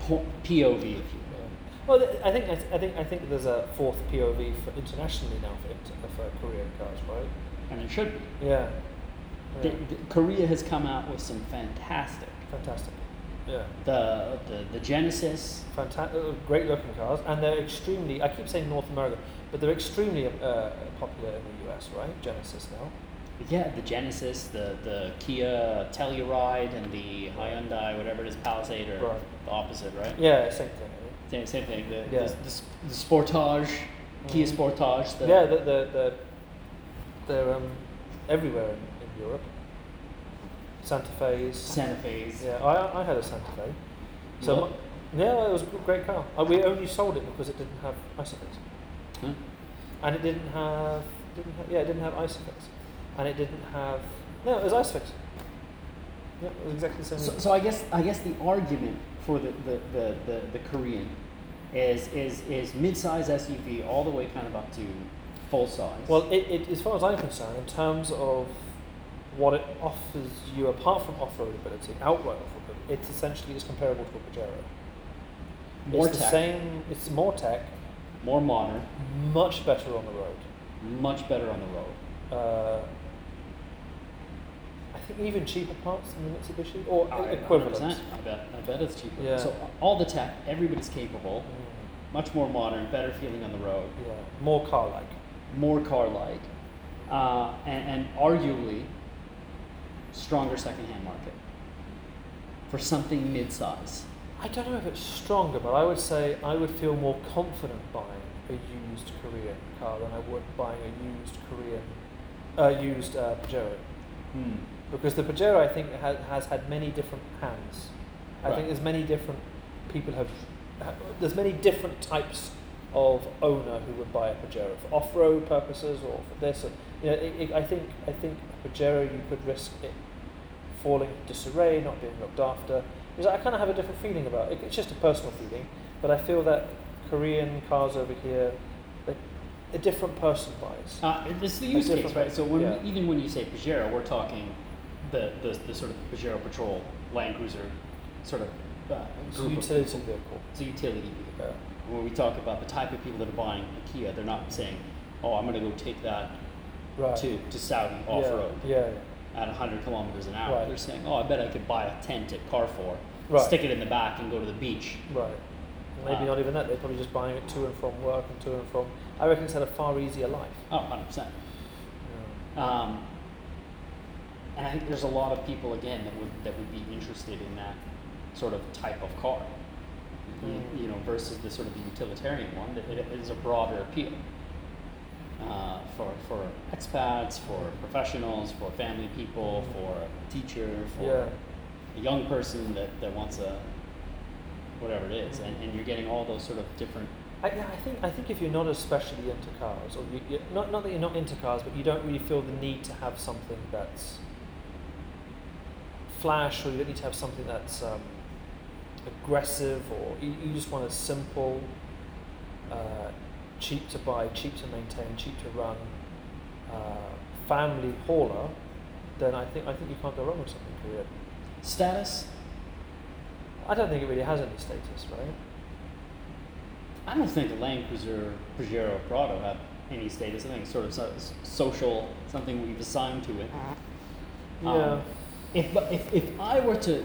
po- POV if you Yeah. will. Well, th- I think I, th- I think I think there's a fourth POV for internationally now for, inter- for Korean cars, right? and it should. Be. Yeah. yeah. Th- th- Korea has come out with some fantastic Fantastic. Yeah. the the, the Genesis. Fantastic, uh, great looking cars, and they're extremely. I keep saying North America, but they're extremely uh, popular in the US, right? Genesis now. Yeah, the Genesis, the, the Kia Telluride, and the Hyundai, whatever it is, Palisade, or Right. the opposite, right? Yeah, same thing. I Same, same thing. The, Yeah. the, the, s- the Sportage, Kia Mhm. Sportage. The, think. yeah, the, the, the, they're um, everywhere in, in Europe. Santa Fe's. Santa Fe's. yeah, I, I had a Santa Fe. So What? my- yeah, it was a great car. Uh, We only sold it because it didn't have isofix, Huh? and it didn't have didn't ha- yeah, it didn't have isofix, and it didn't have no, it was isofix. Yeah, it was exactly the same. So, so I guess I guess the argument for the the, the, the, the Korean is is is mid-size SUV all the way kind of up to full size. Well, it, it, as far as I'm concerned, in terms of what it offers you apart from off-road ability, outright off-road ability, it's essentially it's comparable to a Pajero. more it's tech, the same. It's more tech, more modern, much better on the road. much better on the road. Uh, I think even cheaper parts than the Mitsubishi or I- equivalent. 100%, I bet I bet it's cheaper. Yeah. So all the tech, everybody's capable, Mm, much more modern, better feeling on the road, yeah, more car-like. more car-like, uh, and, and arguably stronger secondhand market for something mid-size. I don't know if it's stronger, but I would say I would feel more confident buying a used Korean car than I would buying a used Korean, uh, used uh, Pajero, Hmm. because the Pajero I think ha- has had many different hands. I Right. think there's many different people have, ha- there's many different types of owner who would buy a Pajero for off-road purposes or for this. Or, you know, it, it, I think I think a Pajero you could risk it falling into disarray, not being looked after. Because I kind of have a different feeling about it. It's just a personal feeling, but I feel that Korean cars over here, that a different person buys. Uh, it's the use A case, different right? way. So when, Yeah. even when you say Pajero, we're talking the, the, the sort of Pajero Patrol Land Cruiser sort of uh, It's a group of- utility vehicle. it's a utility vehicle. Yeah. When we talk about the type of people that are buying a Kia, they're not saying, "Oh, I'm going to go take that Right. to to Saudi Yeah, off road Yeah, at 100 kilometers an hour." Right. They're saying, "Oh, I bet I could buy a tent at Carrefour, Right. stick it in the back, and go to the beach." yeah. Right. Maybe Wow. not even that. They're probably just buying it to and from work and to and from. I reckon it's had a far easier life. Oh, 100 percent. Um, and I think there's a lot of people again that would that would be interested in that sort of type of car, you- Mm. you, know, versus the sort of the utilitarian one that it is a broader appeal uh, for for expats, for professionals, for family people, for a teacher, for Yeah. a young person that, that wants a whatever it is, and, and you're getting all those sort of different. I, yeah, I think I think if you're not especially into cars, or you, you, not not that you're not into cars, but you don't really feel the need to have something that's flash, or you don't need to have something that's um, aggressive, or you, you just want a simple, uh, cheap to buy, cheap to maintain, cheap to run, uh, family hauler, then I think I think you can't go wrong with something Korean. Status? I don't think it really has any status, right? I don't think Land Cruiser, Pajero, Prado have any status. I think it's sort of so- social, something we've assigned to it. Um, if, but if, if I were to,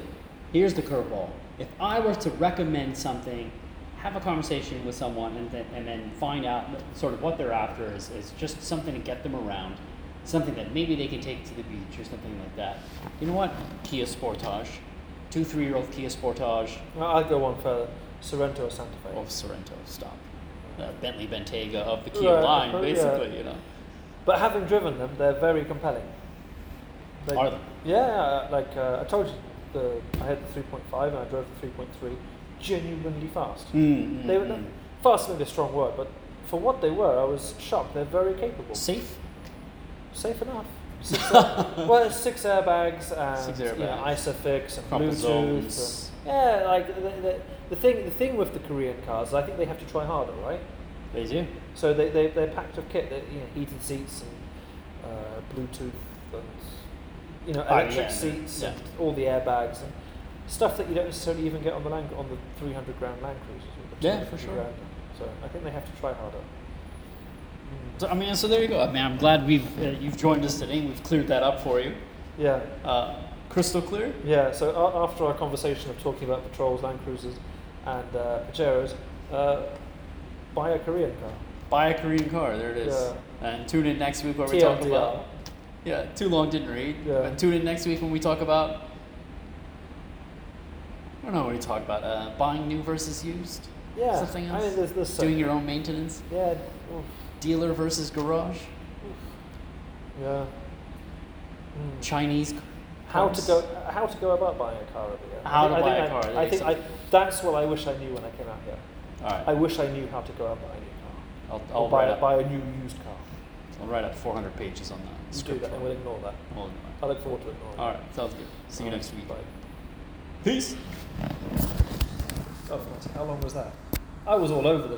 here's the curveball. If I were to recommend something, have a conversation with someone, and then, and then find out that sort of what they're after is, is just something to get them around, something that maybe they can take to the beach or something like that. You know what? Kia Sportage. Two three year old Kia Sportage. Well, I'd go one further. Sorrento or Santa Fe. of Sorrento stop. Uh, Bentley Bentayga of the Kia Right, line, yeah. basically, you know. But having driven them, they're very compelling. Are they? Yeah, like uh, I told you, the, I had the 3.5 and I drove the 3.3 genuinely fast. Mm, They were not, fast maybe a strong word, but for what they were, I was shocked. They're very capable. safe. Safe enough. Six air, well, it's six airbags and Six You know, airbags. ISOFIX and Crumple Bluetooth. zones. And, yeah, like the, the, the thing. The thing with the Korean cars, is I think they have to try harder, right? They do. So they, they, they're packed of kit, they, you know, heated seats and uh, Bluetooth and you know, Oh, yeah, electric yeah, seats yeah. and all the airbags and stuff that you don't necessarily even get on the Land, on the 300 grand Land Cruisers. or the Yeah, for 250 sure. grand. So I think they have to try harder. Hmm. So, I mean, so there you go. I mean, I'm glad we've uh, you've joined us today. We've cleared that up for you. Yeah, Uh, crystal clear. yeah. So a after our conversation of talking about patrols, Land Cruisers, and uh, Pajeros, uh, buy a Korean car. Buy a Korean car. There it is. And tune in next week where we talk TLDR. about. Yeah, too long didn't read. Yeah. But tune in next week when we talk about. I don't know what we talk about. Uh, buying new versus used. Yeah, Something I else? mean, there's this. Doing your own maintenance. Yeah. oof, Dealer versus garage. Yeah. Mm. Chinese. How cars. to go? How to go about buying a car over here? I How to think- I buy a think car, I, I think I, that's what I wish I knew when I came out here. All right. I wish I knew how to go out and buy a new car. I'll, Or I'll, buy, write up, buy a new used car. I'll write up 400 pages on that. You do Script that, and for we'll it. ignore that. Hold I look forward to ignoring. on. All right. Sounds good. See you Alright, next week. Bye. Peace. Oh, how long was that? I was all over the